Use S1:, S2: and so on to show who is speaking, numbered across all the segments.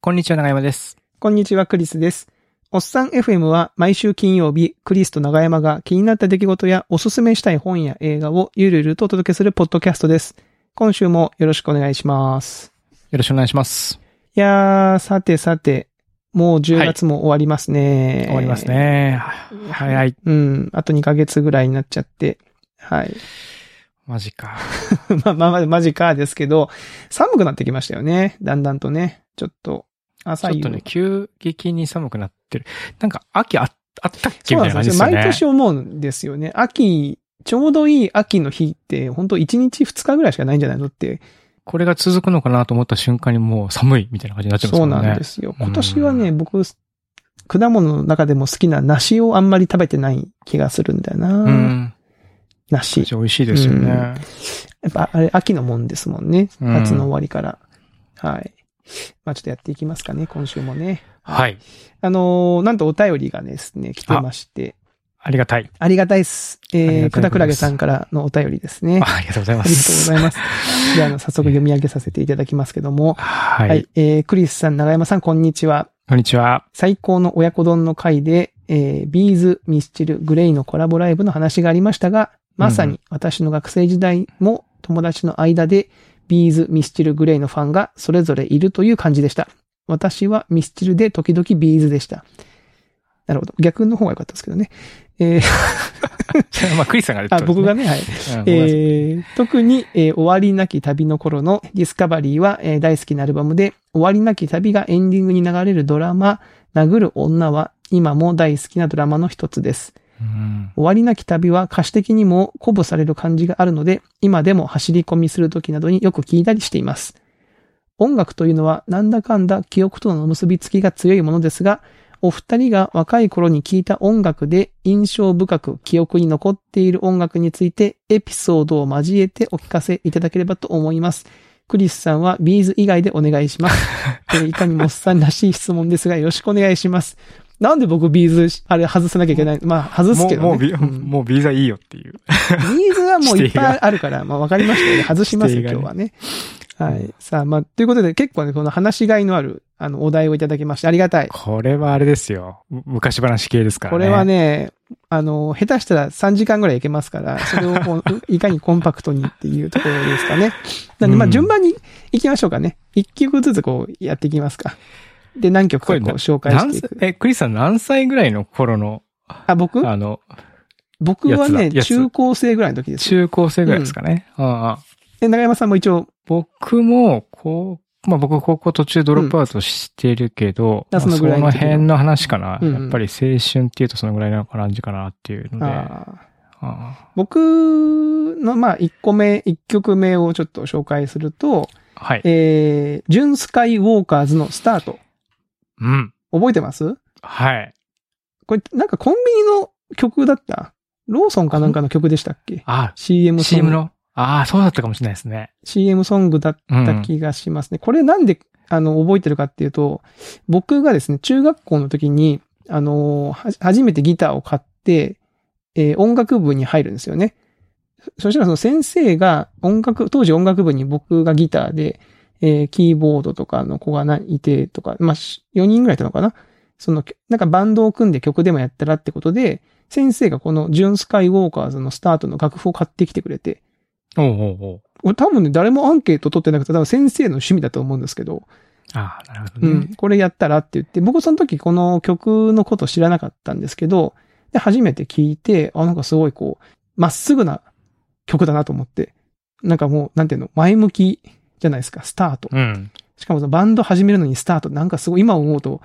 S1: こんにちは、長山です。
S2: こんにちは、クリスです。おっさん FM は毎週金曜日、クリスと長山が気になった出来事やおすすめしたい本や映画をゆるゆるとお届けするポッドキャストです。今週もよろしくお願いします。
S1: よろしくお願いします。
S2: いやー、さてさて、もう10
S1: はい
S2: 月も終わりますね、
S1: 終わります。ね。早い。
S2: うん、あと2ヶ月ぐらいになっちゃって。はい。
S1: マジか。
S2: まあまあまあ、マジかですけど、寒くなってきましたよね。だんだんとね。ちょっと、
S1: ち
S2: 朝
S1: ょっ
S2: 夕
S1: とね、急激に寒くなってる。なんか、秋ああったっけ
S2: そう
S1: み
S2: な
S1: たいな感
S2: んで
S1: じ
S2: す
S1: で
S2: よね。
S1: すよね。
S2: 毎年思うんですよね。秋、ちょうどいい秋の日って、本当1日2日ぐらいしかないんじゃないのって。
S1: これが続くのかなと思った瞬間にもう寒いみたいな感じになっちゃいます
S2: そう
S1: もんね。
S2: なんですよ。今年はね、
S1: う
S2: 僕、果物の中でも好きな梨をあんまり食べてない気がするんだよな。
S1: うん。
S2: 梨。
S1: 美味しいですよね。
S2: やっぱあれ、秋のもんですもんね。
S1: うん
S2: 夏の終わりから。はい。まあちょっとやっていきますかね、今週もね。
S1: はい。
S2: あのーなんとお便りがですね、来てまして。
S1: ありがたい。
S2: ありがたいっす。
S1: あり
S2: えー、
S1: がたい
S2: く
S1: ことです
S2: だくらげさんからのお便りですね。
S1: ありがとうございま
S2: ありがとうご
S1: す。
S2: ざいます。じゃあ、あの早速読み上げさせていただきますけども。
S1: は、
S2: はいい、えー、クリスさん、長山さん、こんにちは。
S1: こんにちは。
S2: 最高の親子丼の回で、えー、ビーズ、ミスチル、グレイのコラボライブの話がありましたが、まさ
S1: う
S2: に私の学生時代も友達の間で、ビーズ、ミスチル、グレイのファンがそれぞれいるという感じでした。私はミスチルで時々ビーズでした。なるほど。逆の方が良かったですけどね。えー
S1: まあ、クリスさんが出て
S2: あ、
S1: たんです
S2: 僕
S1: ね、
S2: がね、はい。
S1: うんごめんなさい
S2: えー特に、えー終わりなき旅の頃のディスカバリーは、えー大好きなアルバムで、終わりなき旅がエンディングに流れるドラマ、殴る女は今も大好きなドラマの一つです。
S1: うん
S2: 終わりなき旅は歌詞的にも鼓舞される感じがあるので、今でも走り込みするときなどによく聞いたりしています。音楽というのはなんだかんだ記憶との結びつきが強いものですが、お二人が若い頃に聞いた音楽で印象深く記憶に残っている音楽についてエピソードを交えてお聞かせいただければと思います。クリスさんはビーズ以外でお願いし ます。えーいかにもおっさんらしい質問ですがよろしくお願いします。なんで僕ビーズ、あれ外さなきゃいけないまあ外す
S1: も
S2: け
S1: う、
S2: どね。
S1: もうビ、
S2: うん
S1: もうビザいいよっていう。
S2: ニーズはもういっ
S1: 指
S2: ぱいあるから、まあわかりましたよね。外しますよ、
S1: 指定
S2: 今日
S1: が
S2: はね。はい。さあ、まあ、ということで結構ね、この話しがいのある、あの、お題をいただきまして、ありがたい。
S1: これはあれですよ。む昔話系ですからね。
S2: これはね、あの、下手したら3時間ぐらいいけますから、 それをこういかにコンパクトにっていうところですかね。なんで、ま
S1: う
S2: あ、
S1: ん
S2: 順番に行きましょうかね。1曲ずつこう、やっていきますか。で、何曲かこう
S1: これな
S2: 紹介し
S1: 何
S2: てい
S1: 歳
S2: く。
S1: え、クリスさん何歳ぐらいの頃の、
S2: あ、僕
S1: あの、
S2: 僕は
S1: や
S2: ね、
S1: つだやつ
S2: 中高生ぐらいの時です。
S1: 中高生ぐらいですかね。ああ
S2: で、長山さんも一応、
S1: 僕も、こう、まあ僕高校途中ドロップアウトしてるけど、
S2: うん
S1: ま
S2: あ
S1: あ
S2: その
S1: そ
S2: ぐらいの
S1: の
S2: 時の
S1: 辺の話かな。
S2: うんうん
S1: やっぱり青春っていうとそのぐらいの感じかなっていうので。あ
S2: あー
S1: あ
S2: 僕の、まあ、1個目、1曲目をちょっと紹介すると、
S1: はい。
S2: えー、ジュンスカイウォーカーズのスタート。
S1: うん。
S2: 覚えてます
S1: はい。
S2: これ、なんかコンビニの曲だったローソンかなんかの曲でしたっけ
S1: あ、
S2: ?CM ソング。
S1: CM の。ああ、そうだったかもしれないですね。
S2: CM ソングだっ
S1: うん
S2: た気がしますね。これなんで、あの、覚えてるかっていうと、僕がですね、中学校の時に、あの、は初めてギターを買って、えー音楽部に入るんですよね。そそしたらその先生が音楽、当時音楽部に僕がギターで、えーキーボードとかの子がないてとか、まあ、し4人ぐらいいたのかなその、なんかバンドを組んで曲でもやったらってことで、先生がこのジュンスカイウォーカーズのスタートの楽譜を買ってきてくれて、
S1: おうおうおう
S2: これ多分ね、誰もアンケート取ってなくて、多分先生の趣味だと思うんですけど、
S1: ああ、なるほ
S2: う
S1: どね
S2: ん。、これやったらって言って、僕その時この曲のこと知らなかったんですけど、で、初めて聞いて、あ、なんかすごいこう、まっすぐな曲だなと思って、なんかもう、なんていうの、前向きじゃないですか、スタート。
S1: うん。
S2: しかもそのバンド始めるのにスタート、なんかすごい、今思うと、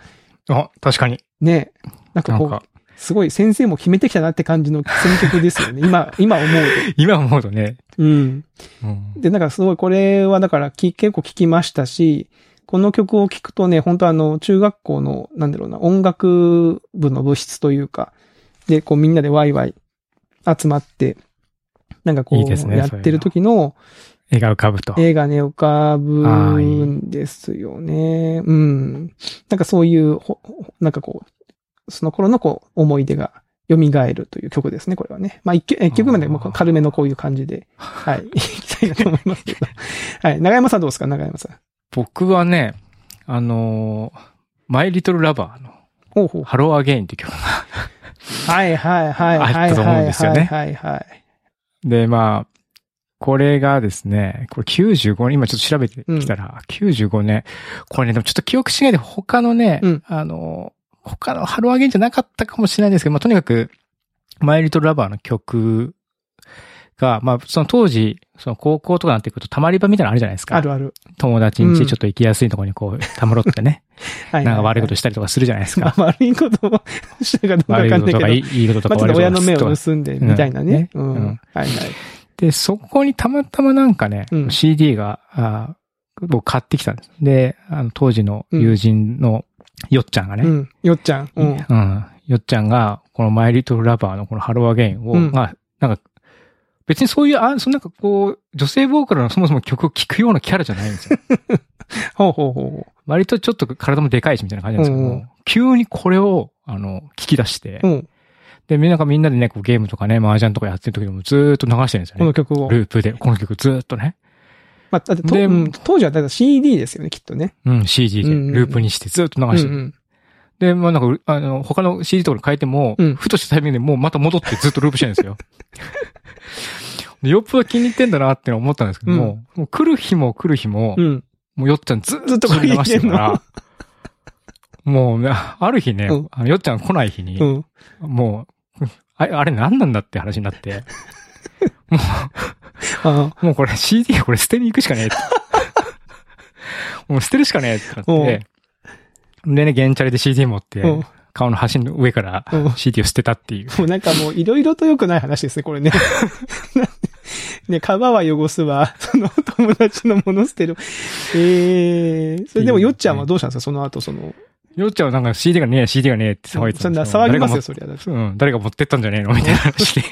S1: あ、確かに。
S2: ね、なん
S1: な
S2: かこ
S1: ん
S2: う、
S1: か、
S2: すごい先生も決めてきたなって感じの選曲ですよね。今、今思う
S1: 今思うとね。
S2: と。うん。
S1: うん。
S2: で、なんかすごいこれはだからき結構聴きましたし、この曲を聴くとね、本当あの、中学校の、なんだろうな、音楽部の部室というか、で、こうみんなでワイワイ集まって、なんかこう、
S1: いいですね
S2: やってる時の
S1: 笑顔かぶと。
S2: 絵がね、浮かぶ
S1: あーいい
S2: んですよね。うん。なんかそういう、ほほなんかこう、その頃のこう、思い出が蘇るという曲ですね、これはね。まあ一曲、え一曲までもう軽めのこういう感 じで、はい、いきたいなと思いますけど。はい。長山さんどうですか長山さん。
S1: 僕はね、あのーマイリトルラバーの
S2: ほうほう。
S1: ハローアゲインって曲が。
S2: はいはいはいはいは
S1: あ
S2: い。
S1: ったと思うんですよね
S2: はいはいはい。
S1: で、まあ、これがですね、これ95年、今ちょっと調べてきたら、95年。これね、でもちょっと記憶違いで他のね、
S2: うん
S1: あのー、他のハローアゲインじゃなかったかもしれないですけど、まあとにかく、マイリトルラバーの曲が、まあその当時、その高校とかなってくるとたまり場みたいなのあるじゃないですか。
S2: あるある。
S1: 友達ん家ちょっと行きやすいところにこう、たむろってね、
S2: はいはいはい。
S1: なんか悪いことしたりとかするじゃないです
S2: ま
S1: か
S2: あ。悪いことをしたかどうかわ
S1: 悪い
S2: か
S1: こ
S2: ん
S1: とと
S2: な
S1: かい
S2: い
S1: いいいこと
S2: けど、
S1: と
S2: ま
S1: か
S2: あちょっ
S1: 悪いこととか
S2: と親の目
S1: する
S2: を
S1: と
S2: 盗んで、みたいなね。う
S1: うん
S2: ん。
S1: ね
S2: はいはい。
S1: で、そこにたまたまなんかね、
S2: うん
S1: CD が、あー僕買ってきたんです。で、あの当時の友人のよっちゃんが
S2: う
S1: ね、
S2: ん。よっちゃん。うん。
S1: うんよっちゃんが、このマイリトルラバーのこのハローアゲインを、
S2: うん
S1: まあ、なんか、別にそういう、あそのなんかこう、女性ボーカルのそもそも曲を聴くようなキャラじゃないんです よ。
S2: ほうほうほうほ
S1: 割とちょっと体もでかいしみたいな感じなんですけども、
S2: うんうん
S1: 急にこれを、あの、聞き出して、
S2: う。うん。
S1: で、みんながみんなでね、こうゲームとかね、麻雀とかやってる時でもずーっと流してるんですよ
S2: こ
S1: ね
S2: の。曲を。
S1: ループで、この曲ずーっとね。
S2: まあ、だってと、
S1: で
S2: うん当時はだから CD ですよね、きっとね。
S1: うん、CG で、
S2: うんうんうん
S1: ループにしてずーっと
S2: う
S1: 流
S2: んう
S1: してる。
S2: ん。
S1: で、まあなんかう、あの、他の CD とかに変えても、
S2: うん
S1: ふとしたタイミングでもうまた戻ってずっとループしてるん ですよ。でよっぽど気に入ってんだなって思ったんですけども、もう来る日も来る日も、
S2: うん。
S1: もうよっちゃんずー
S2: ずっ
S1: っ
S2: と
S1: と
S2: こ
S1: こ
S2: れ
S1: れ
S2: 言
S1: 流
S2: っ
S1: してて
S2: ん
S1: る
S2: の
S1: から、もうね、ある日ね、
S2: うん
S1: あのよっちゃんが来ない日に、
S2: うん。
S1: もう、あれ、あれ何なんだって話になって、
S2: あ
S1: もうこれ CD これ捨てに行くしかねえって。もう捨てるしかねえってなって。でね、ゲンチャリで CD 持って
S2: あ。う、ん。
S1: 顔の端の上から
S2: うん
S1: CD を捨てたっていう。
S2: もうなんかもういろいろと良くない話ですね、これね。 ね、皮は汚すわ、 その友達のもの捨てる。ええそれでもよっちゃんはどうしたんですか、その後その。
S1: よっちゃんはなんか CD がねえ、CD がねえって騒いで
S2: そ
S1: た
S2: ん
S1: ん
S2: な
S1: です
S2: 騒ぎますよ、
S1: 誰が
S2: そりゃ。だって
S1: 持っうん、誰が持ってったんじゃねえのみたいな 話で。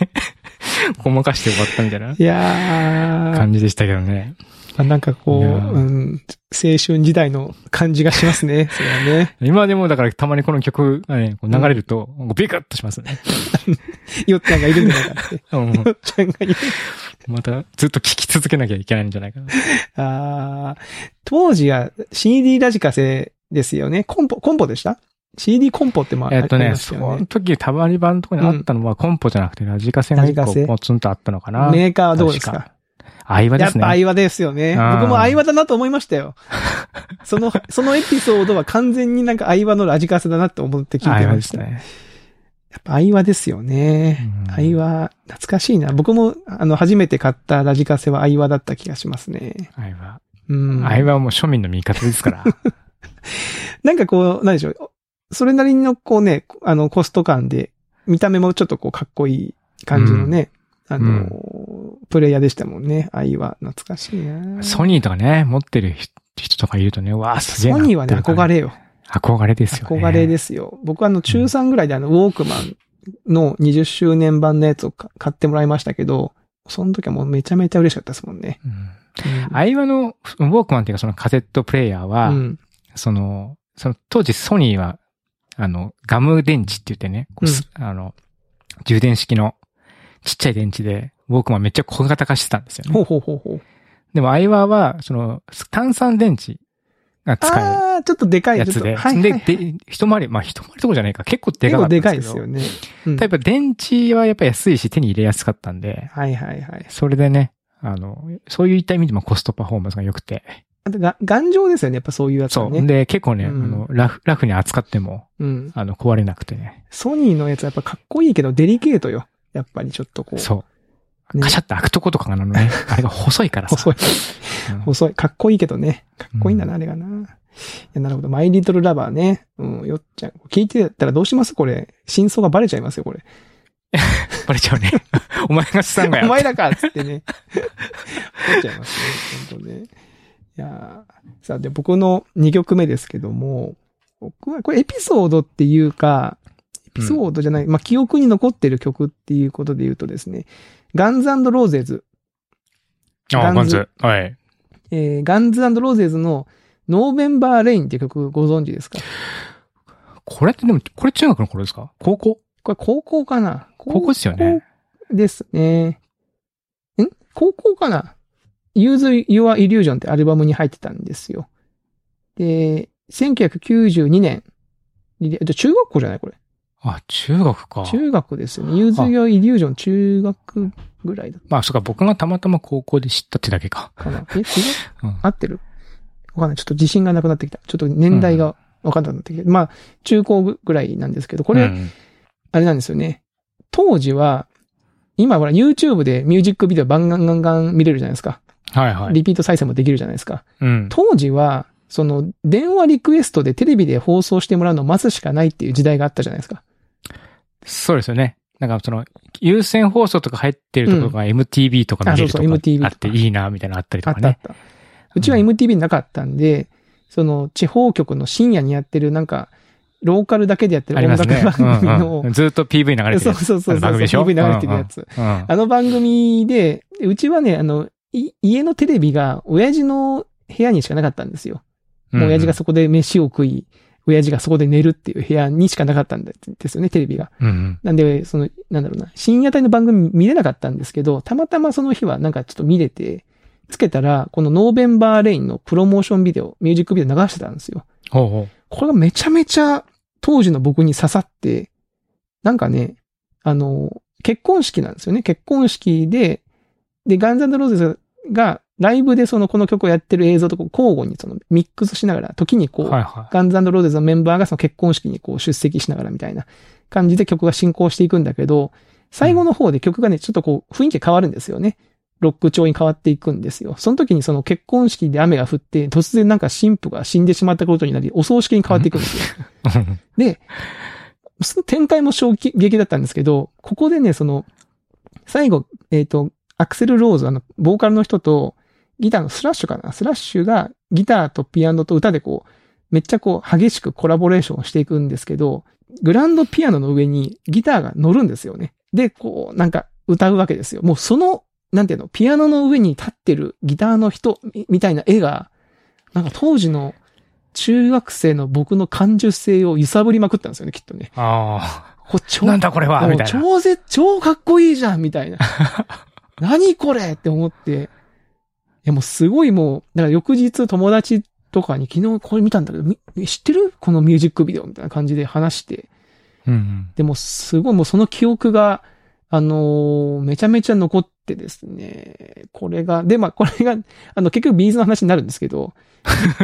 S1: ごまかして終わったみたいない
S2: やー
S1: 感じでしたけどね。
S2: あ、なんかこう、
S1: いうやー
S2: ん、青春時代の感じがしますね、それはね。
S1: 今でもだからたまにこの曲がね、こう流れると、ビクッとしますね。
S2: よっちゃんがいるんじゃない かって。
S1: うん
S2: よっちゃんがいる。
S1: またずっと聴き続けなきゃいけないんじゃないかな。
S2: あー当時は CD ラジカセですよね。コンポ、コンポでした ?CD コンポってもあ
S1: えっと
S2: あり
S1: ね、
S2: ました
S1: そ
S2: よ
S1: の時、たまり場のとこにあったのは、コンポじゃなくて、ラジカセが一
S2: ラジカセ
S1: 個ポツンとあったのかな。
S2: メーカーはどうですか
S1: 確相場で
S2: やっ
S1: すね。
S2: ぱ相話ですよね。
S1: うん
S2: 僕も相話だなと思いました よ。その、そのエピソードは完全になんか相話のラジカセだなって思って聞いて
S1: 相場
S2: ま
S1: で
S2: し
S1: す
S2: た。
S1: ね。
S2: やっぱ相話ですよね。
S1: うん
S2: 相話、懐かしいな。僕も、あの、初めて買ったラジカセは相話だった気がしますね。
S1: 相場。
S2: うん。
S1: 相場はもう庶民の味方ですから。
S2: なんかこう、なんでしょう。それなりのこうね、あの、コスト感で、見た目もちょっとこう、かっこいい感じのね、あの、プレイヤーでしたもんね。相話、懐かしいな。
S1: ソニーとかね、持ってる人とかいるとね、わあ、すげえな。
S2: ソニーはね、憧。れよ。
S1: 憧れですよね。
S2: 憧れですよ。僕はあの中3ぐらいであのウォークマンの20周年版のやつをか買ってもらいましたけど、その時はもうめちゃめちゃ嬉しかったですもんね。
S1: うん。
S2: うん
S1: 相場の、ウォークマンっていうか、そのカセットプレイヤーは、
S2: うん。
S1: その、その当時ソニーは、あの、ガム電池って言ってね、こうすあの、充電式のちっちゃい電池で、ウォークマンめっちゃ小型化してたんですよ
S2: ほ
S1: ね。
S2: うほうほうほう。
S1: でもアイワーは、その、炭酸電池が使
S2: ああ、ちょっとでか
S1: う
S2: い
S1: や
S2: ちょ
S1: つ
S2: っと
S1: で、
S2: はいはい
S1: で、で、一回り、まあ一回りとこじゃないか、結構で
S2: 結
S1: かか
S2: 構
S1: ったん
S2: で
S1: ですけど。
S2: かいですよね。うん
S1: やっぱ電池はやっぱ安いし手に入れやすかったんで、
S2: はいはいはい。
S1: それでね、あの、そういった意味でもコストパフォーマンスが良くて。
S2: あとが、頑丈ですよね。やっぱそういうやつ
S1: そ
S2: は
S1: う。
S2: ね。
S1: で、結構ね、
S2: うん
S1: あの、ラフ、ラフに扱っても、
S2: うん。
S1: あの、壊れなくてね。
S2: ソニーのやつはやっぱかっこいいけど、デリケートよ。やっぱりちょっとこう。
S1: そう。
S2: ね
S1: カシャって開くとことかなのね。あれが細いからさ。
S2: 細い。
S1: うん
S2: 細い。かっこいいけどね。かっこいいんだな、あれがな。いや、なるほど。マイリトルラバーね。うん、よっちゃん。聞いてたらどうしますこれ。真相がバレちゃいますよ、これ。
S1: バレちゃうね。 お前がしたんが
S2: お
S1: よ。
S2: 前らかっつって ね。バレちゃいますね。本当ね。いやーさあ、で、僕の2曲目ですけども、僕は、これエピソードっていうか、エピソードじゃない、まあ、記憶に残ってる曲っていうことで言うとですね、ガンズローゼズ、
S1: あ、
S2: ガ
S1: ガ
S2: ン
S1: ン
S2: ズ
S1: ズ。はい。
S2: えーガンズローゼズのノーベンバーレインっていう曲ご存知ですか
S1: これってでも、これ中学の頃ですか高校
S2: これ高校かな
S1: 高校ですよね。。
S2: 高ですね。ん高校かな ?Use Your Illusion ってアルバムに入ってたんですよ。で、 1992年リリ、えっと中学校じゃないこれ。
S1: あ、中学か。
S2: 中学ですよね。ユーズヨイリュージョン中学ぐらいだっ
S1: まあ、そうか、僕がたまたま高校で知ったってだけか。
S2: たか な。え、違う
S1: うん
S2: 合ってるわかんない。ちょっと自信がなくなってきた。ちょっと年代がわかんなくなってきた。まあ、中高ぐぐらいなんですけど、これ、
S1: うん
S2: あれなんですよね。当時は、今ほら YouTube でミュージックビデオバンガンガンガン見れるじゃないですか。
S1: はいはい。
S2: リピート再生もできるじゃないですか。
S1: うん。
S2: 当時は、その、電話リクエストでテレビで放送してもらうのを待つしかないっていう時代があったじゃないですか。
S1: そうですよね。なんかその、有線放送とか入ってるところが MTV とかの見ると
S2: あそうそう MTV
S1: かあっていいな、みたいなのあったり
S2: あ
S1: と
S2: っ
S1: か
S2: たあっ
S1: ね。
S2: た。うちは MTV なかったんで、その、地方局の深夜にやってるなんか、ローカルだけでやって
S1: あ
S2: る
S1: り
S2: 音
S1: ます
S2: 楽
S1: ね
S2: 番。組
S1: うん
S2: の、
S1: うんずっと PV 流れて
S2: そう
S1: る。
S2: そうそうそ
S1: あ
S2: う。
S1: の番組でしょ
S2: PV 流れてるやつ。
S1: うんうん
S2: あの番組で、うちはね、あの、い家のテレビが、親父の部屋にしかなかったんですよ。もう親父がそこで飯を食い、親父がそこで寝るっていう部屋にしかなかったんですよね、テレビが。
S1: うんうん。
S2: なんで、その、なんだろうな、深夜帯の番組見れなかったんですけど、たまたまその日はなんかちょっと見れて、つけたら、このノーベンバーレインのプロモーションビデオ、ミュージックビデオ流してたんですよ。
S1: ほうほ
S2: これがめちゃめちゃ当時の僕に刺さって、なんかね、あの、結婚式なんですよね。結婚式で、で、ガンザンドローゼスがライブでそのこの曲をやってる映像とこう交互にそのミックスしながら、時に
S1: う。
S2: こう、
S1: はいは
S2: ガンズローゼズのメンバーがその結婚式にこう出席しながらみたいな感じで曲が進行していくんだけど、最後の方で曲がね、ちょっとこう雰囲気変わるんですよね。ロック調に変わっていくんですよ。その時にその結婚式で雨が降って、突然なんか神父が死んでしまったことになり、お葬式に変わっていくんですよ。
S1: い。
S2: で、その展開も衝撃だったんですけど、ここでね、その、最後、えっ、と、アクセル・ローズ、あの、ボーカルの人と、ギターのスラッシュかなスラッシュがギターとピアノと歌でこう、めっちゃこう、激しくコラボレーションをしていくんですけど、グランドピアノの上にギターが乗るんですよね。で、こう、なんか歌うわけですよ。もうその、なんていうの、ピアノの上に立ってるギターの人みみたいな絵が、なんか当時の中学生の僕の感受性を揺さぶりまくったんですよね、きっとね。
S1: あ
S2: こう
S1: あ。
S2: 超
S1: なんだこれはみたいな。
S2: 超絶、超かっこいいじゃんみたいな。 何これって思って。いやもうすごいもう、だから翌日友達とかに昨日これ見たんだけど、み知ってるこのミュージックビデオみたいな感じで話して。
S1: うんうん。
S2: でもすごいもうその記憶が、あのーめちゃめちゃ残ってですね。これが、で、まあこれが、あの結局ビーズの話になるんです けど、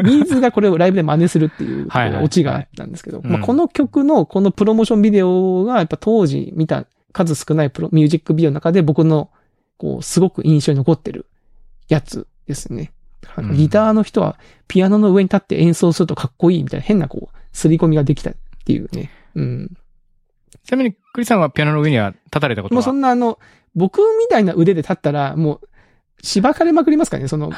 S2: ビーズがこれをライブで真似するっていう
S1: はいはいはい
S2: オチがあったんですけど、
S1: うん
S2: まあこの曲のこのプロモーションビデオがやっぱ当時見た数少ないプロミュージックビデオの中で僕のこうすごく印象に残ってるやつですね。あの
S1: うん
S2: ギターの人はピアノの上に立って演奏するとかっこいいみたいな変なこう、すり込みができたっていうね。うん。
S1: ちなみに、クリさんはピアノの上には立たれたこと
S2: もう
S1: は
S2: そんなあの、僕みたいな腕で立ったら、もう、しばかれまくりますからね、その、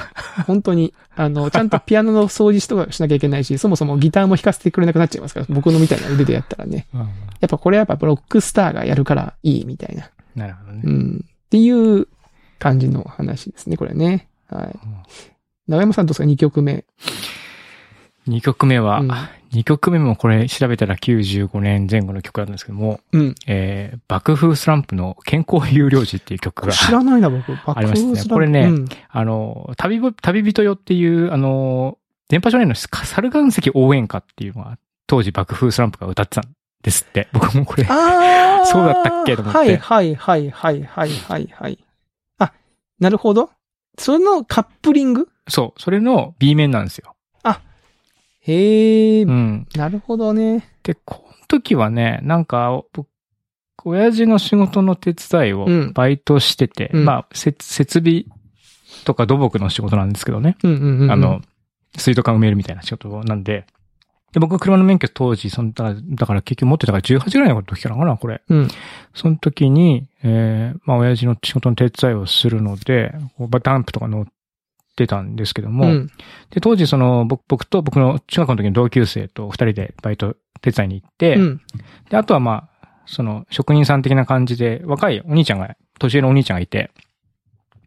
S2: 本当に。あの、ちゃんとピアノの掃除しとかしなきゃいけないし、そもそもギターも弾かせてくれなくなっちゃいますから、僕のみたいな腕でやったらね。
S1: うん
S2: やっぱこれはやっぱロックスターがやるからいいみたいな。
S1: なるほどね
S2: う。ん。っていう感じの話ですね、これね。はい。長山さんどうですか ?2 曲目。
S1: 2曲目は、
S2: うん
S1: 2曲目もこれ調べたら95年前後の曲なんですけども、
S2: うん。
S1: えー、爆風スランプの健康有料時っていう曲が、
S2: 知らないな、僕。
S1: ありましたね
S2: 爆風スランプ
S1: これね
S2: うん
S1: あの、旅ぼ、旅人よっていう、あの、電波少年の猿岩石応援歌っていうのが、当時爆風スランプが歌ってたんですって。僕もこれ、
S2: ああ。
S1: そうだったっけと思って
S2: はいはいはいはいはいはいはい。あ、なるほど。そのカップリング
S1: そう、それの B 面なんですよ。
S2: へえ、
S1: うん。
S2: なるほどね。
S1: で、この時はね、なんか、僕、親父の仕事の手伝いを
S2: うん
S1: バイトしてて、
S2: うん
S1: まあ、せ設備とか土木の仕事なんですけどね。
S2: うんうんうんうん。
S1: あの、、水道管埋めるみたいな仕事なんで。で、僕は車の免許当時、その、だから、だから結局持ってたから18ぐらいの時からかな、これ。
S2: うん。
S1: その時に、えー、まあ、親父の仕事の手伝いをするので、こうまあダンプとか乗ってたんですけども、
S2: うん。
S1: で、当時、その、僕、僕と僕の中学の時の同級生と二人でバイト手伝いに行って、
S2: うん。
S1: で、あとはまあ、その、職人さん的な感じで、若いお兄ちゃんが、年上のお兄ちゃんがいて、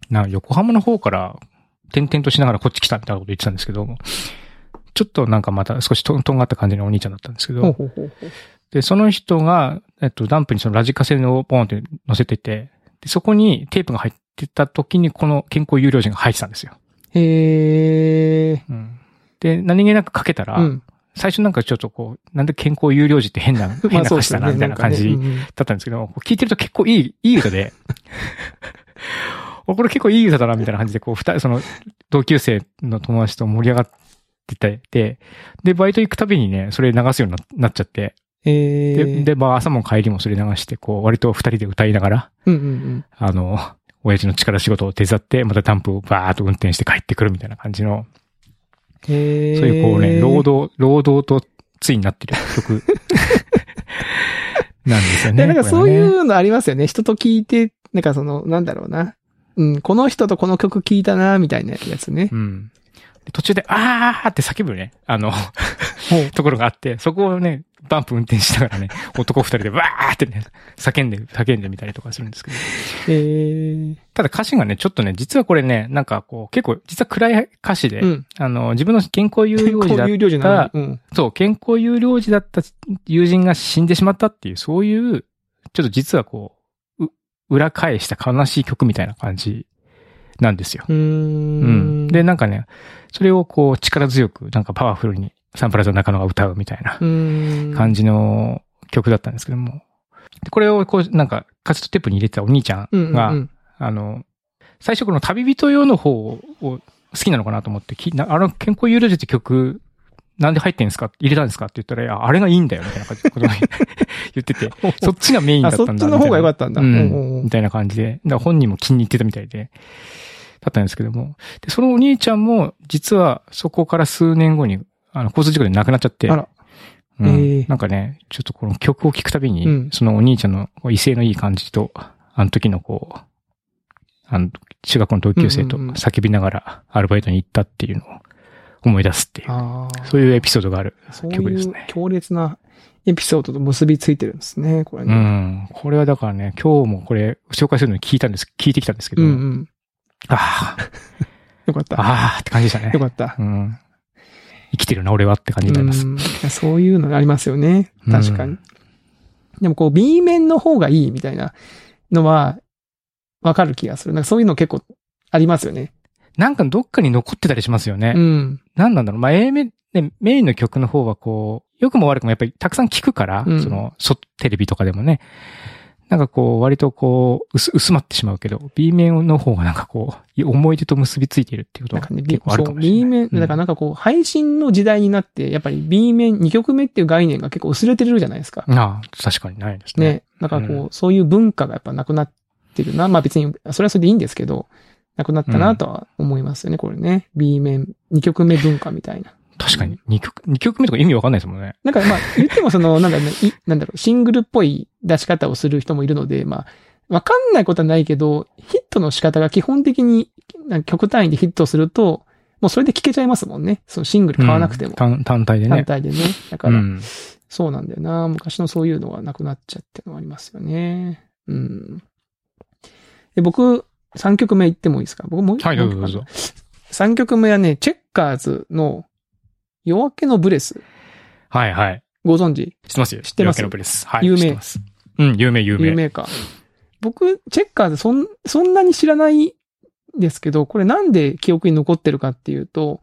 S1: な、横浜の方から、転々としながらこっち来たみたいなこと言ってたんですけど、ちょっとなんかまた少しとんとんがった感じのお兄ちゃんだったんですけ
S2: ほう
S1: ど、
S2: ほうほうほう。
S1: で、その人が、えっと、ダンプにそのラジカセをポンって乗せてて、で、そこにテープが入ってた時に、この健康有料人が入ってたんですよ。
S2: へえ。
S1: うんで、何気なくかけたら、
S2: うん。
S1: 最初なんかちょっとこう、なんで健康有料児って変 な、変な歌詞だな、みたいな感じだったんですけど、こう聞いてると結構いい、いい歌で、 おこれ結構いい歌だな、みたいな感じで、こう、二人、その、同級生の友達と盛り上がってて、で、でバイト行くたびにね、それ流すようにななっちゃって、
S2: え
S1: で、で、まあ朝も帰りもそれ流して、こう、割と二人で歌いながら、
S2: うんうん
S1: あの、親父の力仕事を手伝って、またダンプをバーっと運転して帰ってくるみたいな感じの、
S2: うん。へえ
S1: そういうこうね、労。働、労働とついになってる曲 なんですよ
S2: で
S1: ね。
S2: なんか
S1: こ
S2: そう い
S1: れはね
S2: うのありますよね。人と聞いて、なんかその、なんだろうな。うん、この人とこの曲聞いたな、みたいなやつね。
S1: うん。で途中で、あーって叫ぶね、あの、
S2: ほ
S1: ところがあって、そこをね、バンプ運転しながらね、 男二人でわーってね、叫んで、叫んでみたりとかするんですけど。
S2: う。へえ
S1: ただ歌詞がね、ちょっとね、実はこれね、なんかこう、結構、実は暗い歌詞で、
S2: うん。
S1: あの、自分の健康有料児
S2: こ
S1: だ
S2: う
S1: っ
S2: いう量じゃない。うん。
S1: そう、健康有料児だった友人が死んでしまったっていう、そういう、ちょっと実はこう、う裏返した悲しい曲みたいな感じなんですよ。
S2: うー
S1: うんん。で、、なんかね、それをこう、力強く、なんかパワフルに、サンプラザ中野が歌うみたいな
S2: うーん。
S1: 感じの曲だったんですけども。でこれをこう、なんか、カセットテープに入れてたお兄ちゃ
S2: うんんうん
S1: が、
S2: うん。
S1: あの、最初この旅人用の方をを好きなのかなと思って、きなあの、健康有料児って曲、なんで入ってんですか入れたんですかって言ったら、いやあれがいいんだよ、みたいな感じでことを 言ってて、そっちがメインだ
S2: あ、
S1: った
S2: そ
S1: んだ
S2: っちの方が良かったんだ。
S1: みたいな
S2: う
S1: うん
S2: うん
S1: みたいな感じで、だから本人も気に入ってたみたいで、だったんですけども。で、そのお兄ちゃんも、実はそこから数年後に、あの、交通事故で亡くなっちゃって、
S2: あら
S1: うん
S2: ええ
S1: なんかね、ちょっとこの曲を聴くたびに、
S2: うん
S1: そのお兄ちゃんのこう威勢のいい感じと、あの時のこう、あの、中学校の同級生と
S2: うんうんうん
S1: 叫びながらアルバイトに行ったっていうのを思い出すっていう、
S2: ああ。
S1: そういうエピソードがある。
S2: そう
S1: 曲で
S2: い
S1: す
S2: う
S1: ね
S2: 強烈なエピソードと結びついてるんですね、これ
S1: う
S2: ね。
S1: ん。これはだからね、今日もこれ紹介するのに聞いたんです、聞いてきたんですけど、
S2: うんうん。
S1: あ
S2: よかっ
S1: あ、
S2: た。
S1: ああって感じでしたね
S2: よ。かった。
S1: うん。生きてるな、俺はって感じになります。
S2: うんいやそういうのがありますよね。確か
S1: う
S2: に。でもこう、B 面の方がいいみたいなのは、わかる気がする。なんかそういうの結構ありますよね。
S1: なんかどっかに残ってたりしますよね。
S2: うん。
S1: なんなんだろう。まあ、A 面で、メインの曲の方はこう、良くも悪くもやっぱりたくさん聞くから、
S2: うん
S1: その、そ、テレビとかでもね。なんかこう、割とこう、薄、薄まってしまうけど、B 面の方がなんかこう、思い出と結びついているっていうこと
S2: なん
S1: が
S2: かね、
S1: 結構ある
S2: そ
S1: か
S2: う、
S1: もしれない。
S2: B 面、だからなんかこう、配信の時代になって、やっぱり B 面、2曲目っていう概念が結構薄れてるじゃないですか。
S1: ああ、確かにないですね。
S2: ね。なんかこう、
S1: う
S2: そういう文化がやっぱなくなってるな。まあ別に、それはそれでいいんですけど、なくなったなとは思いますよね、これね。B 面、2曲目文化みたいな。
S1: 確かに。2曲、二曲目とか意味わかんないですもんね。
S2: なんかまあ、言ってもその、なんだろうね、いなんだろう、シングルっぽい出し方をする人もいるので、まあ、わかんないことはないけど、ヒットの仕方が基本的に、なんか極単位でヒットすると、もうそれで聞けちゃいますもんね。そのシングル買わなくても。
S1: うん単単体で
S2: 単
S1: ね。
S2: 体でね。だ
S1: う
S2: から、
S1: ん。
S2: そうなんだよな。昔のそういうのがなくなっちゃってのはありますよね。うん。で僕、3曲目言ってもいいですか僕もう
S1: はい、どうぞどうぞ。。
S2: 3曲目はね、チェッカーズの夜明けのブレス。
S1: はい、はい。
S2: ご存知
S1: 知ってますよ。
S2: 知ってます
S1: 夜明けのブレス。はい。
S2: 有名
S1: 知ってます。うん、有名、有名。
S2: 有名か。僕、チェッカーズそん、そんなに知らないですけど、これなんで記憶に残ってるかっていうと、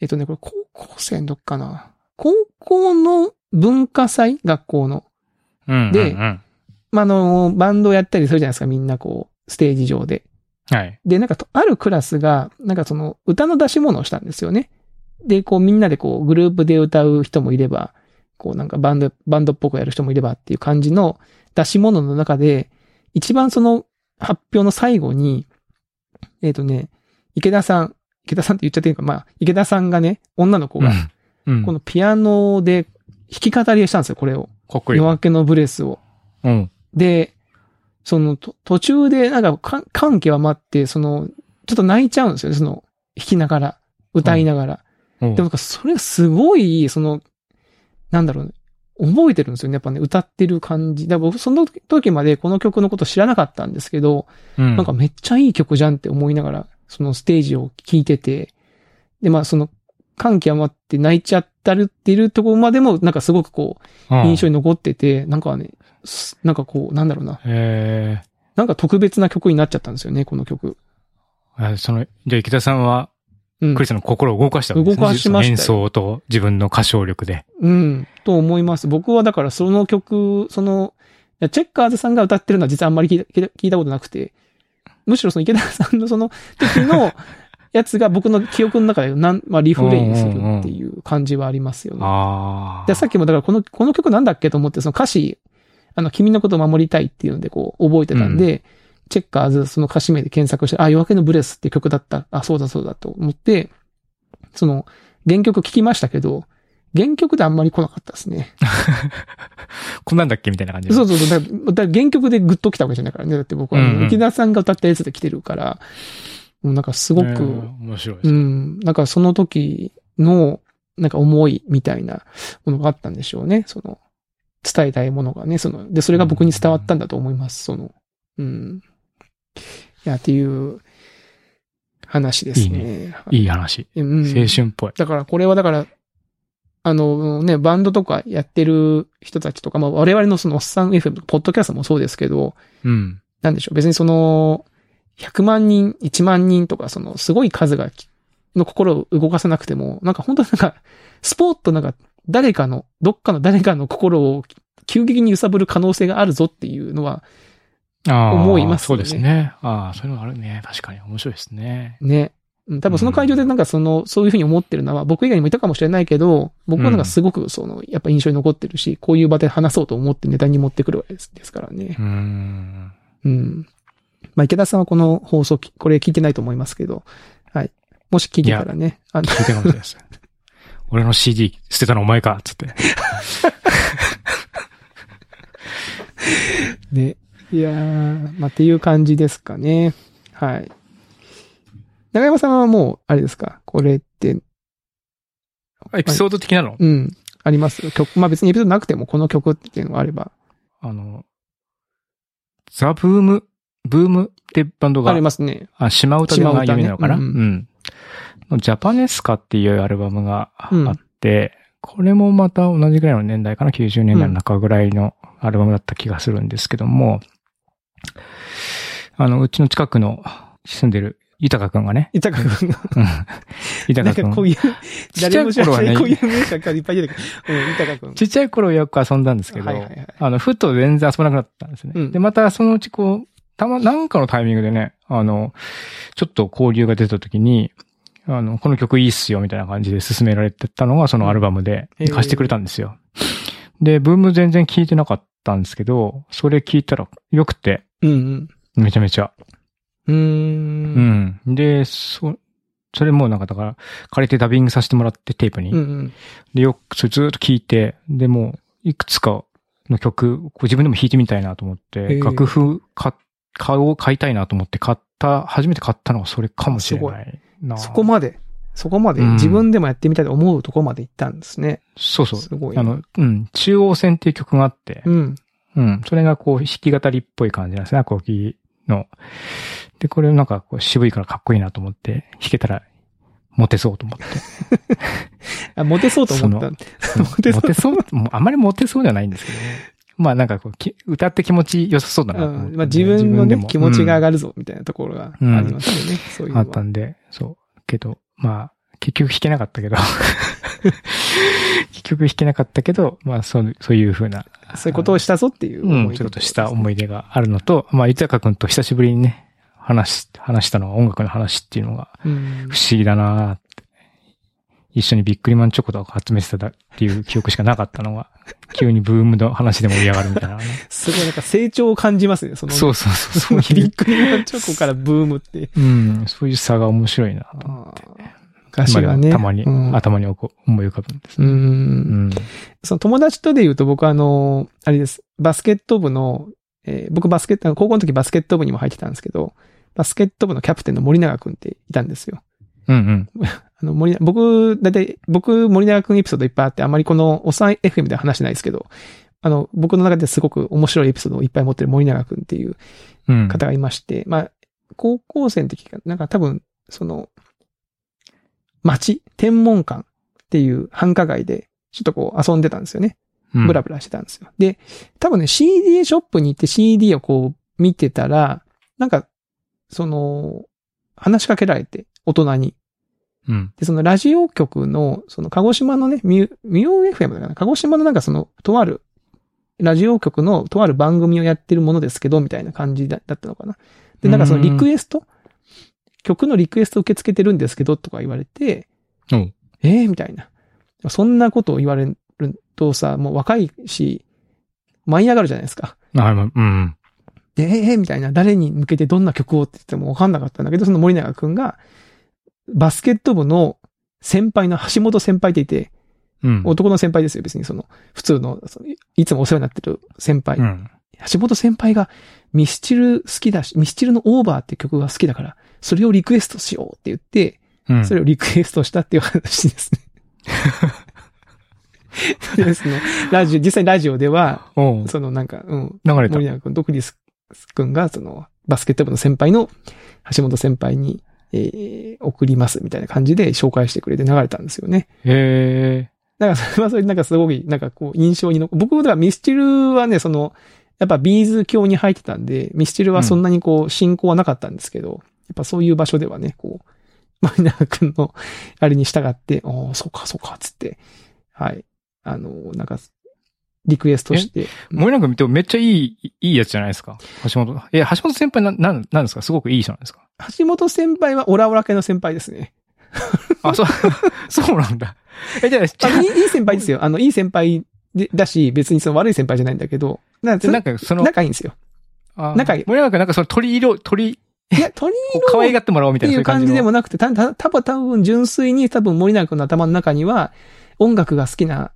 S2: えっとね、これ高校生の時かな。高校の文化祭学校の。
S1: うん、
S2: で
S1: うんうん
S2: まあ、あの、バンドやったりするじゃないですか、みんなこう、ステージ上で。
S1: はい。
S2: で、なんかと、あるクラスが、なんかその、歌の出し物をしたんですよね。で、こう、みんなでこう、グループで歌う人もいれば、こう、なんかバンド、バンドっぽくやる人もいればっていう感じの出し物の中で、一番その、発表の最後に、えっ、とね、池田さん、池田さんって言っちゃっていいのか、まあ、池田さんがね、女の子が、
S1: うん。うん
S2: このピアノで弾き語りをしたんですよ、これを。
S1: かっこいい
S2: 夜。明けのブレスを。
S1: うん。
S2: で、その、と途中で、なんかか、感極まって、その、ちょっと泣いちゃうんですよね、その、弾きながら、歌いながら。
S1: うん
S2: でもなんか、それがすごい、その、なんだろうね、覚えてるんですよね、やっぱね、歌ってる感じ。だから僕、その時までこの曲のこと知らなかったんですけど、
S1: うん
S2: なんかめっちゃいい曲じゃんって思いながら、そのステージを聴いてて、で、まあ、その、感極まって泣いちゃったるってるところまでも、なんかすごくこう、印象
S1: に。
S2: に残ってて、なんかね、すなんかこう、なんだろうな、
S1: え
S2: なんか特別な曲になっちゃったんですよね、この曲。
S1: ー、あその、じゃあ池田さんは、
S2: うん
S1: クリスの心を動かしたわけですね。
S2: 動かしましたよ
S1: 演奏と自分の歌唱力で。
S2: うん、と思います。僕はだからその曲、その、いやチェッカーズさんが歌ってるのは実はあんまり聞いた聞いた聞いたことなくて、むしろその池田さんのその時の やつが僕の記憶の中でなん、まあ、リフレインするっていう感じはありますよね。
S1: ああ。
S2: で、さっきもだからこの、この曲なんだっけと思って、その歌詞、あの、君のことを守りたいっていうので、こう、覚えてたんで、チェッカーズ、その歌詞名で検索して、あ、夜明けのブレスっていう曲だった。あ、そうだそうだと思って、その、原曲聴きましたけど、原曲であんまり来なかったですね。
S1: こんなんだっけみたいな感じで。
S2: そうそうそう。だからだから原曲でグッと来たわけじゃないからね。だって僕は、
S1: うんうん
S2: 池田さんが歌ったやつで来てるから、もうなんかすご
S1: ね
S2: く、
S1: 面白いです
S2: う
S1: ね。
S2: ん。なんかその時の、なんか思いみたいなものがあったんでしょうね。その、伝えたいものがね。その、で、それが僕に伝わったんだと思います。その、うん。いや、っていう話ですね。
S1: いいいい話。
S2: いうん
S1: 青春っぽい。
S2: だからこれはだから、あのね、バンドとかやってる人たちとか、まあ我々のそのおっさん FM とか、ポッドキャストもそうですけど、
S1: うん。
S2: なんでしょう、別にその、100万人、1万人とか、その、すごい数がき、の心を動かさなくても、なんか本当なんか、スポッとなんか、誰かの、どっかの誰かの心を急激に揺さぶる可能性があるぞっていうのは、
S1: あー
S2: 思います
S1: そ
S2: よ
S1: う
S2: ね
S1: ですね。ああ、そういうのがあるね。確かに面白いですね。
S2: ね。うん多分その会場でなんかその、そういうふうに思ってるのは、僕以外にもいたかもしれないけど、僕はなんかすごくその、やっぱ印象に残ってるし、こういう場で話そうと思ってネタに持ってくるわけですですからね
S1: う。ーん。
S2: うん。まあ、池田さんはこの放送き、これ聞いてないと思いますけど、はい。もし聞いてたらね、あの、
S1: 聞いてるかもしれないです。俺の CD 捨てたのお前かっつって。
S2: ね。いやー、まあ、っていう感じですかね。はい。長山さんはもう、あれですかこれって、
S1: エピソード的なの
S2: うん、あります曲、まあ、別にエピソードなくてもこの曲っていうのがあれば、
S1: あの、ザ・ブーム、ブームってバンド
S2: あ
S1: が
S2: り、ますね。
S1: あ、島歌で
S2: 島
S1: が
S2: 唄
S1: 有
S2: ね
S1: 名なのかな、
S2: うんう
S1: うんのジャパネスカっていうアルバムがあ
S2: うん
S1: って、これもまた同じぐらいの年代かな、90年代の中ぐらいのアルバムだった気がするんですけども、あの、うちの近くの住んでる豊くんがね、
S2: いたか
S1: うん
S2: な
S1: 豊
S2: んか
S1: く
S2: こ
S1: ん。
S2: ういう、
S1: ちっちゃ
S2: 誰も
S1: い
S2: 知ら
S1: 頃は
S2: な
S1: ね
S2: い、こういう名詞がいっぱい出てくる。うん、いたかくん。
S1: ちっちゃい頃はよく遊んだんですけど、
S2: はいはいはい
S1: あの、ふと全然遊ばなくなったんですね。
S2: うん
S1: で、またそのうちこう、たま、なんかのタイミングでね、あの、ちょっと交流が出た時に、あの、この曲いいっすよ、みたいな感じで勧められてたのがそのアルバムで、
S2: うんへー
S1: 貸してくれたんですよ。で、ブーム全然聞いてなかったんですけど、それ聞いたら良くて、
S2: うん、
S1: めちゃめちゃ。
S2: うん。うー。
S1: うんん。で、そ、それもうなんかだから、借りてダビングさせてもらってテープに。
S2: うん、うん。
S1: で、よく、それずーっと聴いて、で、もう、いくつかの曲、こう自分でも弾いてみたいなと思っ
S2: へ
S1: て、
S2: ー
S1: 楽譜か、顔を買いたいなと思って買った、初めて買ったのがそれかもしれないな。
S2: そこまで、そこまで
S1: うん
S2: 自分でもやってみたいと思うとこまで行ったんですね。
S1: そうそう。
S2: すごい。
S1: あの、うん、中央線っていう曲があって、
S2: うん。
S1: うん、それがこう弾き語りっぽい感じなんですね、アコギの。で、これなんかこう渋いからかっこいいなと思って、弾けたら、モテそうと思って。
S2: あ、モテそうと思った。モテ
S1: モ
S2: そう。
S1: テそう、 もうあまりモテそうじゃないんですけどね。まあなんかこうき、歌って気持ち良さそうだなと思ってね、
S2: うんまあ、自分の
S1: で
S2: ね
S1: も、
S2: 気持ちが上
S1: うん
S2: がるぞ、みたいなところがありますよね。そういうの
S1: あ
S2: は。
S1: ったんで、そう。けど、まあ、結局弾けなかったけど、 結局弾けなかったけど、まあそう、そういうふうな、
S2: そういうことをしたぞっていう
S1: うん、
S2: 思
S1: そう
S2: い
S1: い
S2: 出
S1: うことした思い出があるのと、まあ、豊かくんと久しぶりにね、話し、話したのは音楽の話っていうのが
S2: うん
S1: 不思議だなーって。一緒にビックリマンチョコとか集めてただっていう記憶しかなかったのが、急にブームの話で盛り上がるみたいなね、
S2: すごいなんか成長を感じますね。そ の、
S1: そうそうそう、
S2: そ
S1: そう
S2: の
S1: い
S2: ビ
S1: う
S2: ッ。クリマンチョコからブームって。
S1: うん、そういう差が面白いなと。
S2: 昔は
S1: 今で
S2: ね。
S1: もたまに、
S2: うん
S1: 頭に思い浮かぶんです。
S2: う。
S1: うんん。
S2: その友達とで言うと僕はあの、あれです。バスケット部の、えー僕バスケット、あの高校の時バスケット部にも入ってたんですけど、バスケット部のキャプテンの森永くんっていたんですよ。
S1: うんうん。
S2: あの、森永、僕、だいたい、僕、森永くんエピソードいっぱいあって、あんまりこの、おっさん FM では話してないですけど、あの、僕の中ですごく面白いエピソードをいっぱい持ってる森永くんっていう
S1: うん。
S2: 方がいまして、まあ、高校生の時か、なんか多分、その、町、天文館っていう繁華街で、ちょっとこう遊んでたんですよね。
S1: うん
S2: ブラブラしてたんですよ。で、多分ね、CD ショップに行って CD をこう見てたら、なんか、その、話しかけられて、大人に。
S1: うん。
S2: で、そのラジオ局の、その鹿児島のね、ミュ、ミュー FM だかな鹿児島のなんかその、とある、ラジオ局のとある番組をやってるものですけど、みたいな感じだだったのかな。で、なんかそのリクエスト曲のリクエスト受け付けてるんですけど、とか言われて、
S1: うん
S2: ええみたいな。そんなことを言われるとさ、もう若いし、舞い上がるじゃないですか。
S1: あ、まあうん。
S2: で、えーえーみたいな、誰に向けてどんな曲をって言ってもわかんなかったんだけど、その森永くんが、バスケット部の先輩の橋本先輩っていて、
S1: うん。
S2: 男の先輩ですよ、別にその、普通の、そのいいつもお世話になってる先輩。
S1: うん。
S2: 橋本先輩がミスチル好きだし、ミスチルのオーバーって曲が好きだから、それをリクエストしようって言って、
S1: うん。
S2: それをリクエストしたっていう話です ね。でですね、ラジオ、実際ラジオでは、
S1: おう
S2: そのなんか、うん、
S1: 流れた。
S2: 森永くんとクリスくんが、その、バスケット部の先輩の橋本先輩に、えー送りますみたいな感じで紹介してくれて流れたんですよね。
S1: へえ。
S2: なんか、それはそれでなんかすごい、なんかこう、印象に残僕、だからミスチルはね、その、やっぱビーズ教に入ってたんで、ミスチルはそんなにこう、進行はなかったんですけど、やっぱそういう場所ではね、こう、 マリナー君の、あれに従って、おーそうか、そうか、つって、はい。あの、なんか、リクエストして、
S1: 森永君ってめっちゃいい、いいやつじゃないですか。橋本。え、橋本先輩な、なん、なんですかすごくいい人なんですか
S2: 橋本先輩はオラオラ系の先輩ですね。
S1: あ、そう、 そうなんだ。え、じゃあ、 じゃ
S2: あいいいい先輩ですよ。あの、いい先輩でだし、別にその悪い先輩じゃないんだけど、なん
S1: あ、なんかその、
S2: 仲いいんで すよ。
S1: あ
S2: 仲いい
S1: 森永君なんかその鳥色、鳥、
S2: いや、
S1: こう
S2: 鳥色
S1: 可
S2: を
S1: 愛がってもらおうみ
S2: ったて
S1: いな、
S2: い
S1: そういうう感
S2: 感
S1: じ
S2: じ
S1: の。
S2: でもなくて、た、た、たぶん、多分純粋に多分森永君の頭の中には、音楽が好きな、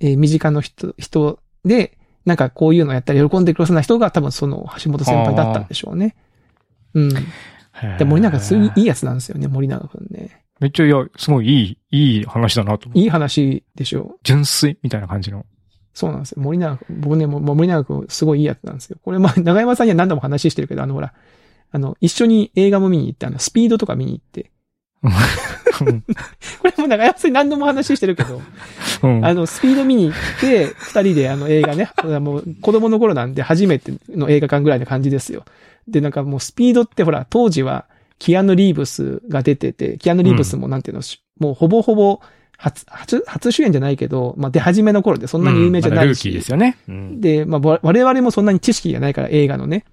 S2: えー身近な人、人で、なんかこういうのやったら喜んでくれそうな人が多分その橋本先輩だったんでしょうね。うん。
S1: へー
S2: で、森永、すごいいいやつなんですよね、森永君ね。
S1: めっちゃ、いや、すごいいい、いい話だなと思う。
S2: いい話でしょう。
S1: 純粋みたいな感じの。
S2: そうなんですよ。森永君、僕ね、もうもう森永君すごいいいやつなんですよ。これ、まあ、長山さんには何度も話してるけど、あの、ほら、あの、一緒に映画も見に行って、あの、スピードとか見に行って。
S1: うん
S2: これも長山さんに何度も話してるけど、
S1: うん。
S2: あの、スピード見に行って、二人であの映画ね、もう子供の頃なんで初めての映画館ぐらいの感じですよ。で、なんかもうスピードってほら、当時は、キアヌ・リーブスが出てて、キアヌ・リーブスもなんていうの、もうほぼほぼ初、初、初主演じゃないけど、まあ出始めの頃でそんなに有名じゃ
S1: う
S2: な
S1: んまだル
S2: い
S1: ーキ
S2: し。
S1: ーですよね。うん。
S2: で、まあ、わ我々もそんなに知識がないから、映画のね。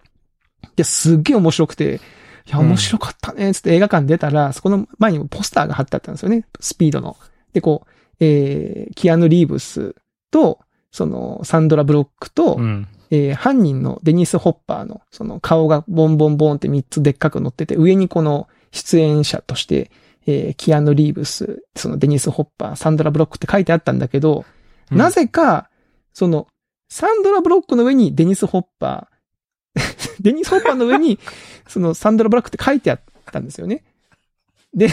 S2: で、すっげえ面白くて、いや、
S1: うん
S2: 面白かったね、つって映画館出たら、そこの前にもポスターが貼ってあったんですよね、スピードの。で、こう、えー、キアヌ・リーブスと、その、サンドラ・ブロックと、
S1: うん。
S2: えー犯人のデニス・ホッパーの、その顔がボンボンボンって3つでっかく乗ってて、上にこの出演者として、えーキアヌ・リーブス、そのデニス・ホッパー、サンドラ・ブロックって書いてあったんだけど、
S1: うん
S2: なぜか、その、サンドラ・ブロックの上にデニス・ホッパー、 デニス・ホッパーの上に、そのサンドラ・ブロックって書いてあったんですよね。で、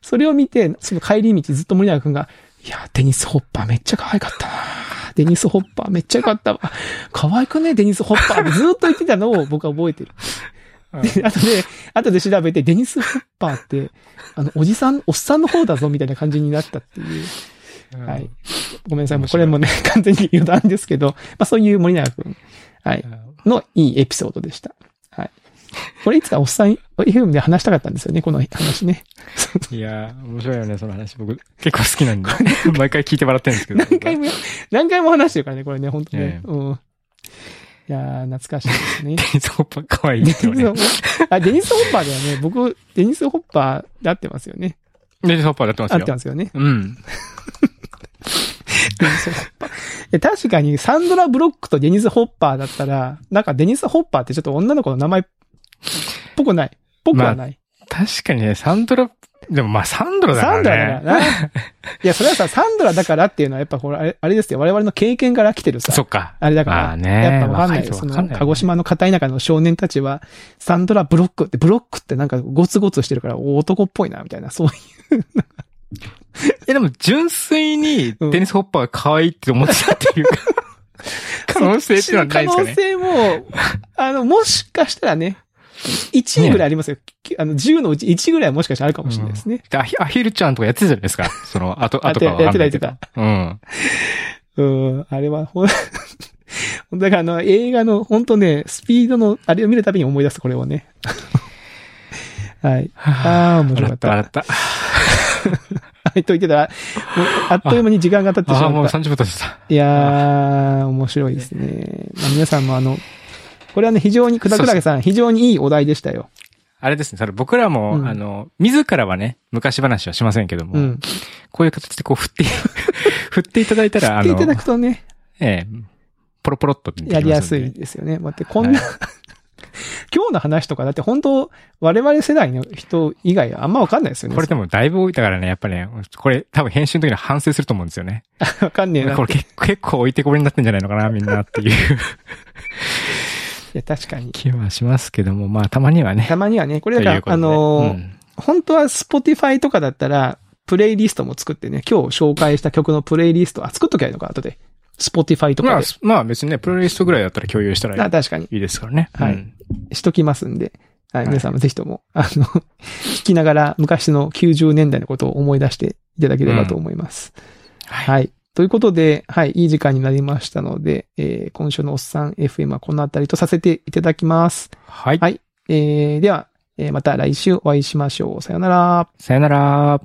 S2: それを見て、その帰り道ずっと森永くんが、いや、デニス・ホッパーめっちゃ可愛かったなデニス・ホッパーめっちゃ良かったわ。可愛くねデニス・ホッパーってずっと言ってたのを僕は覚えてる。 で、後で、後で調べて、デニス・ホッパーって、あの、おじさん、おっさんの方だぞ、みたいな感じになったっていう。
S1: うん
S2: はい。ごめんなさい、もうこれもね、完全に余談ですけど、まあそういう森永くん、はい、のいいエピソードでした。はい。これいつかおっさん、FM で話したかったんですよね、この話 ね。
S1: いやー、面白いよね、その話。僕、結構好きなんで。 毎回聞いてもらってるんですけど。
S2: 何回も、何回も話してるからね、これね、本当
S1: え
S2: ね
S1: え。
S2: うん。いやー、懐かしいですね。
S1: デニスホッパー可 愛い で
S2: デニ
S1: す
S2: ス
S1: よ
S2: ホ
S1: ね。
S2: ッパー、あ、デニス・ホッパーだよね。僕、デニス・ホッパーで合ってますよね。
S1: デニスホッパーだってます
S2: 合っ
S1: よ
S2: て。ますよね。
S1: うん。
S2: デニス・ホッパー。え確かに、サンドラ・ブロックとデニス・ホッパーだったら、なんかデニス・ホッパーってちょっと女の子の名前っぽくない。ぽくはない。
S1: 確かにね、サンドラ、でもまあサンドラだから
S2: サン
S1: ね。
S2: ドラだからな。 いや、それはさ、サンドラだからっていうのは、やっぱこれ、あれあれですよ。我々の経験から来てるさ。
S1: そっか。
S2: あれだから。
S1: まあね
S2: やっぱわかん
S1: 若い
S2: ないよ。
S1: 人はわか
S2: そ
S1: ん
S2: の、
S1: ないよね
S2: 鹿児島の片田舎の少年たちは、サンドラ・ブロックって、ブロックってなんかゴツゴツしてるから、お男っぽいな、みたいな。そういう。
S1: え、でも純粋に
S2: うん
S1: デニスホッパーが可愛いって思ってたって いうか、可能性っていうのはないですか
S2: 可能
S1: ね。
S2: 性も、あの、もしかしたらね、1位ぐらいありますよ。きあの、10のうち1ぐらいはもしかしたらあるかもしれないですね。
S1: でアヒアヒルちゃんとかやってたじゃないですか。そ の、あと、あとかはわ
S2: やっ
S1: かん
S2: てた、
S1: な
S2: やっ
S1: いけ
S2: て
S1: ど。う
S2: た。
S1: ん。
S2: うん、あれは、ほん、 だからあの、映画の、ほんとね、スピードの、あれを見るたびに思い 出す、これをね。はい。ああ、面白
S1: 笑っ、
S2: かったた。
S1: 笑った。
S2: 言っといてたら、もうあっという間に時間が経ってし
S1: ああ、も
S2: ま
S1: う
S2: った。
S1: 30分経ってた。
S2: いやー、面白いですね。まあ、皆さんもあの、これはね、非常に、くだくだけさん、非常にいいお題でしたよ。
S1: あれですね、それ僕らも、
S2: うん
S1: あの、自らはね、昔話はしませんけども、
S2: うん。
S1: こういう形でこう振って、 振っていただいたら、あ
S2: 来てい
S1: の
S2: た、だくとね、
S1: ええ、ポロポロっとできますんで
S2: やりやすい。ですよね。待って、こんな、 今日の話とか、だって本当、我々世代の人以外はあんまわかんないですよね。
S1: これでもだいぶ置いたからね、やっぱね、これ多分編集の時に反省すると思うんですよね。
S2: わかんねえな。い
S1: これ結 構結構置いてこぼれになってんじゃないのかな、みんなっていう
S2: や、確かに。
S1: 気はしますけども、まあたまにはね。
S2: たまにはね、これ
S1: と
S2: だか
S1: いう
S2: ら、
S1: こと
S2: あ
S1: で
S2: のー
S1: うん
S2: 本当は Spotify とかだったら、プレイリストも作ってね、今日紹介した曲のプレイリスト、あ、作っときゃいいのか、後で。Spotify と
S1: ま
S2: か
S1: あ
S2: で。、
S1: まあ別にね、プロリストぐらいだったら共有したら
S2: あ、
S1: い
S2: 確かに。
S1: いですからね。
S2: はい
S1: うん
S2: しときますんで。は
S1: は
S2: い、
S1: い
S2: 皆さんもぜひとも、あの、聞きながら昔の90年代のことを思い出していただければと思います。
S1: はい。
S2: はい。ということで、はい、いい時間になりましたので、えー今週のおっさん FM はこのあたりとさせていただきます。
S1: はい
S2: は。いえーでは、えーまた来週お会いしましょう。さようなら。
S1: さよなら。